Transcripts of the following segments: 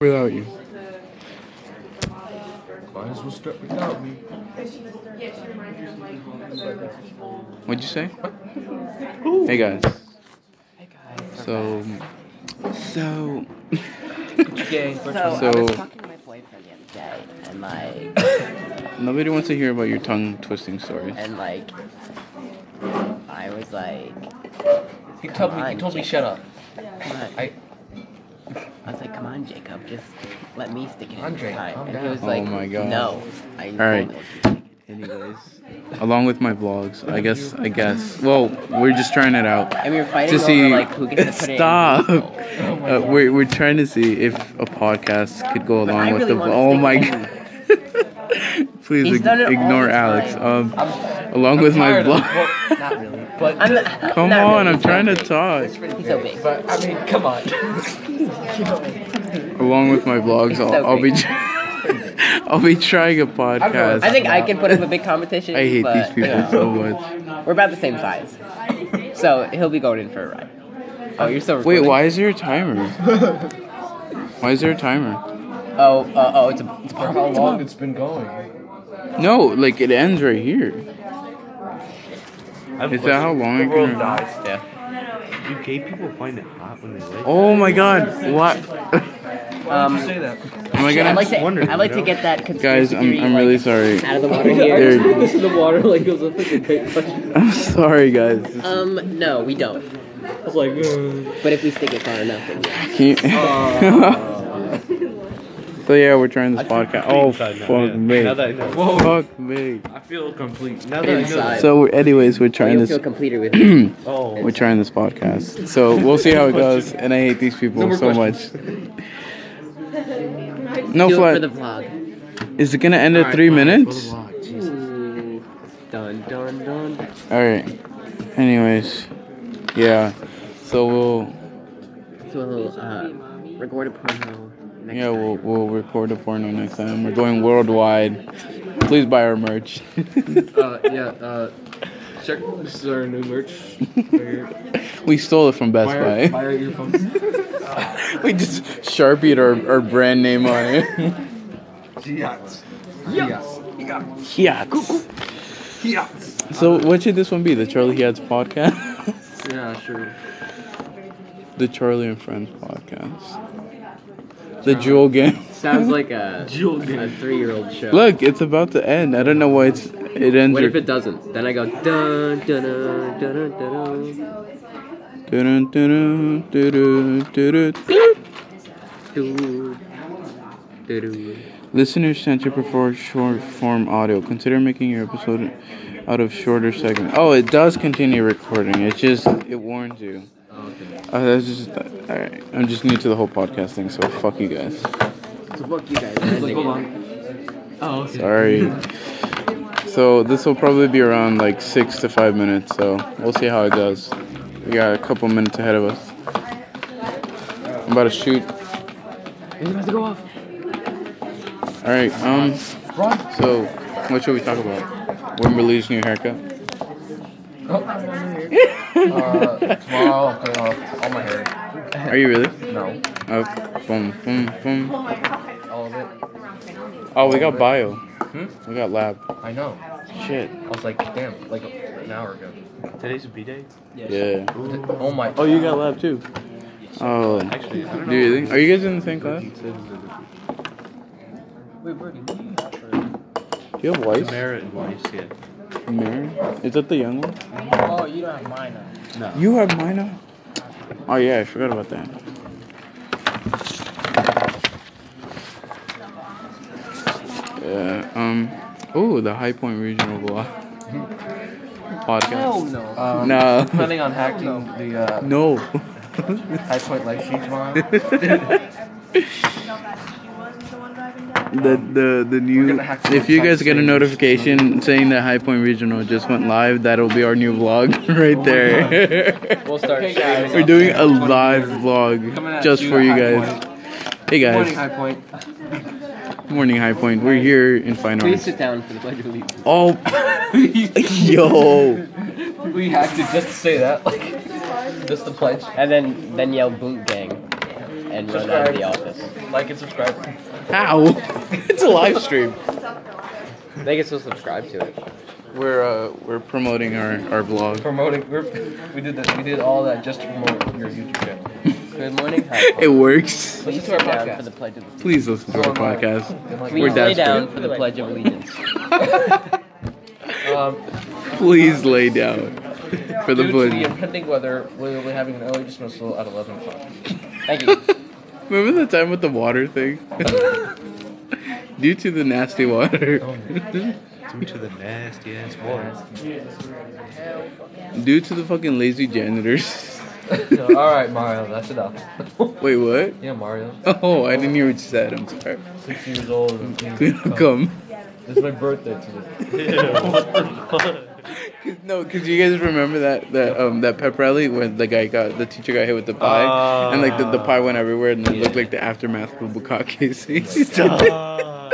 without you. Might as well strip without me. What'd you say? Hey guys. So, so, So, So- I was talking to my boyfriend the other day, and like, nobody wants to hear about your tongue twisting stories. and like, I was like, He told me. He told me shut up. come on. I- I, was like, come on, Jacob, just let me stick it in Andre, this time. calm And he down. was Oh like, my God. no, I know. right. Anyways, along with my vlogs, I guess, I guess. Well, we're just trying it out. And we were fighting to over see. like who gets to put Stop. it in. Oh whose bowl. Uh, we're, we're trying to see if a podcast could go along I with really the. wanna Oh stick my it god. Please He's ig- done it all ignore the Alex. time. Um, along with my Tired of- vlog. well, not really. But I'm not- Come not on, really, I'm he's trying so to big. talk. He's so big. but I mean, come on. Along with my vlogs, I'll, so I'll be great. try- I'll be trying a podcast. I think I can put up a big competition. I hate but, these people you know, so much. We're about the same size, so he'll be going in for a ride. Oh, you're still Wait, recording? why is there a timer? Why is there a timer? Oh, uh, oh, it's a, it's a For how long Um, it's been going? No, like it ends right here. Is that how long it can? yeah. Do gay people find it hot when they like? Oh my god! What? Um, Say that. Am I Shit, I'd gonna? like to, wondering, I'd like to you know? get that conspiracy Guys, I'm, theory, I'm like, really sorry. out of the water here. They're- in the water like it was a fucking great question. I'm sorry, guys. Um, no, we don't. I was like, uh. But if we stick it far enough, then yeah. Can you- Oh. so yeah, we're trying this podcast. Oh fuck me! Now that I know. whoa. Fuck me! I feel complete. Now that Inside. So, anyways, we're trying You'll this. feel completer with me. I know. Oh. We're trying this podcast, so we'll see how it goes. And I hate these people more so much. No Do it for flat. the vlog. Is it gonna end at three minutes? All Ooh. Dun, dun, dun. right. Anyways, yeah. So we'll So we'll, uh, record a porno next yeah time. we'll we'll record a porno next time. We're going worldwide. Please buy our merch. Uh, yeah, uh, check. This is our new merch. we stole it from Best Buy. our earphones. we just sharpied our, our brand name on it. Yes. Yes. Yachts. Yes. So what should this one be? The Charlie Yachts podcast? Yeah, sure. the Charlie and Friends podcast. The Jewel Gang. Sounds like a, Jewel a three-year-old show. Look, it's about to end. I don't know why it's it ends. What if or- it doesn't? Then I go dun dun dun dun dun dun. Dun, dun, dun, dun, dun, dun, dun. doo, doo, doo. Listeners tend to prefer short form audio. Consider making your episode out of shorter segments. Oh, it does continue recording. It just it warns you. Oh, that's just all right. I'm just new to the whole podcast thing, so fuck you guys. So fuck you guys. Hold on. Oh, okay. Sorry. So this will probably be around like six to five minutes. So we'll see how it goes. We got a couple minutes ahead of us. I'm about to shoot. It's about to go off. All right. Um. So, what should we talk about? Wimberly's new haircut. Oh. Uh, tomorrow I'm cutting off all my hair. Are you really? No. Oh, boom, boom, boom. All of it. Oh, we got bio. We got lab. I know. Shit. I was like, damn, like an hour ago. Today's a B day. Yeah. Oh my. Oh, you got lab too. Oh. Actually, I don't know. Do you think? Are you guys in the same class? He said that Wait, where did you? Do you have it was whites? Tamara and Weiss, yeah. Mare? Is that the young one? Oh, you don't have mine. No. You have mine on? Oh yeah, I forgot about that. Yeah. Um. Oh, the High Point Regional Vlog Oh podcast. no. Um, No. Planning on hacking the uh, No. High Point live stream tomorrow. The the the We're new. gonna hack If you some guys get a things. notification saying that High Point Regional just went live, that'll be our new vlog Oh right there. We'll start. Okay, guys. streaming We're on doing Saturday. a live Coming vlog at just for at you High Point. guys. Hey Morning, High guys, Point. morning High Point. We're here in fine Please arts. sit down for the pledge of allegiance. Oh, yo, We hacked it just to say that. Like, just the pledge. And then then yell boot gang. And and run out of the office. Like and subscribe. How? it's a live stream. They can still subscribe to it. We're uh, we're promoting our, our vlog. Promoting. We're, we did that. We did all that just to promote your YouTube channel. Good morning, It works. Please to our lay down podcast. for the Pledge of Allegiance. Please listen to our podcast. And like, Please We're lay desperate. down for the Pledge of Allegiance. um, Please lay down for the due to the pudding. impending weather, we will be having an early dismissal at 11 o'clock. Thank you. Remember the time with the water thing? Due to the nasty water. Due to the nasty ass water. Due to the fucking lazy janitors. No, all right, Mario, that's enough. Wait, what? yeah, Mario, Oh, I didn't hear what you said. I'm sorry. six years old. And Clean up cum. It's my birthday today. Cause, no, because you guys remember that that um that pep rally when the guy got the teacher got hit with the pie and like the, the pie went everywhere and it looked like the aftermath of a Bukake Ah.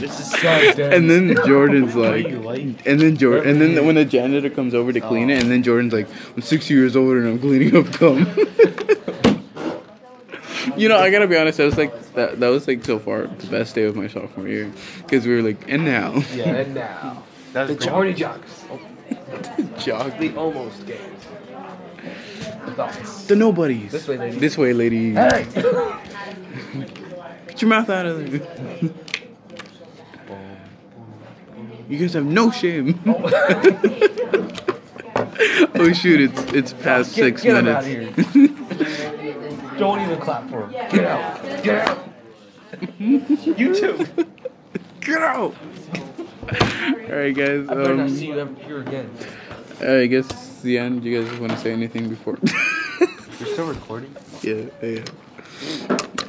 this is God damn. and then Jordan's like, you like? and then Jordan, and then when the janitor comes over to clean it, and then Jordan's like, I'm 60 years old and I'm cleaning up cum. You know, I gotta be honest. I was like, that, that was like so far the best day of my sophomore year, because we were like, and now, and now That's the Johnny Jocks, jog the almost games, the thoughts. the nobodies. This way, ladies. This way, lady. Hey, Get your mouth out of there. You guys have no shame. oh shoot, it's it's past get, six get him out minutes. of here. Don't even clap for him. Get out. Get out. you too. Get out! Alright guys, I better not see um, you ever here again. I guess it's the end. You guys wanna say anything before? You're still recording? yeah, yeah.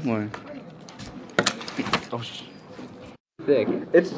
Why? Oh, shit. Sick.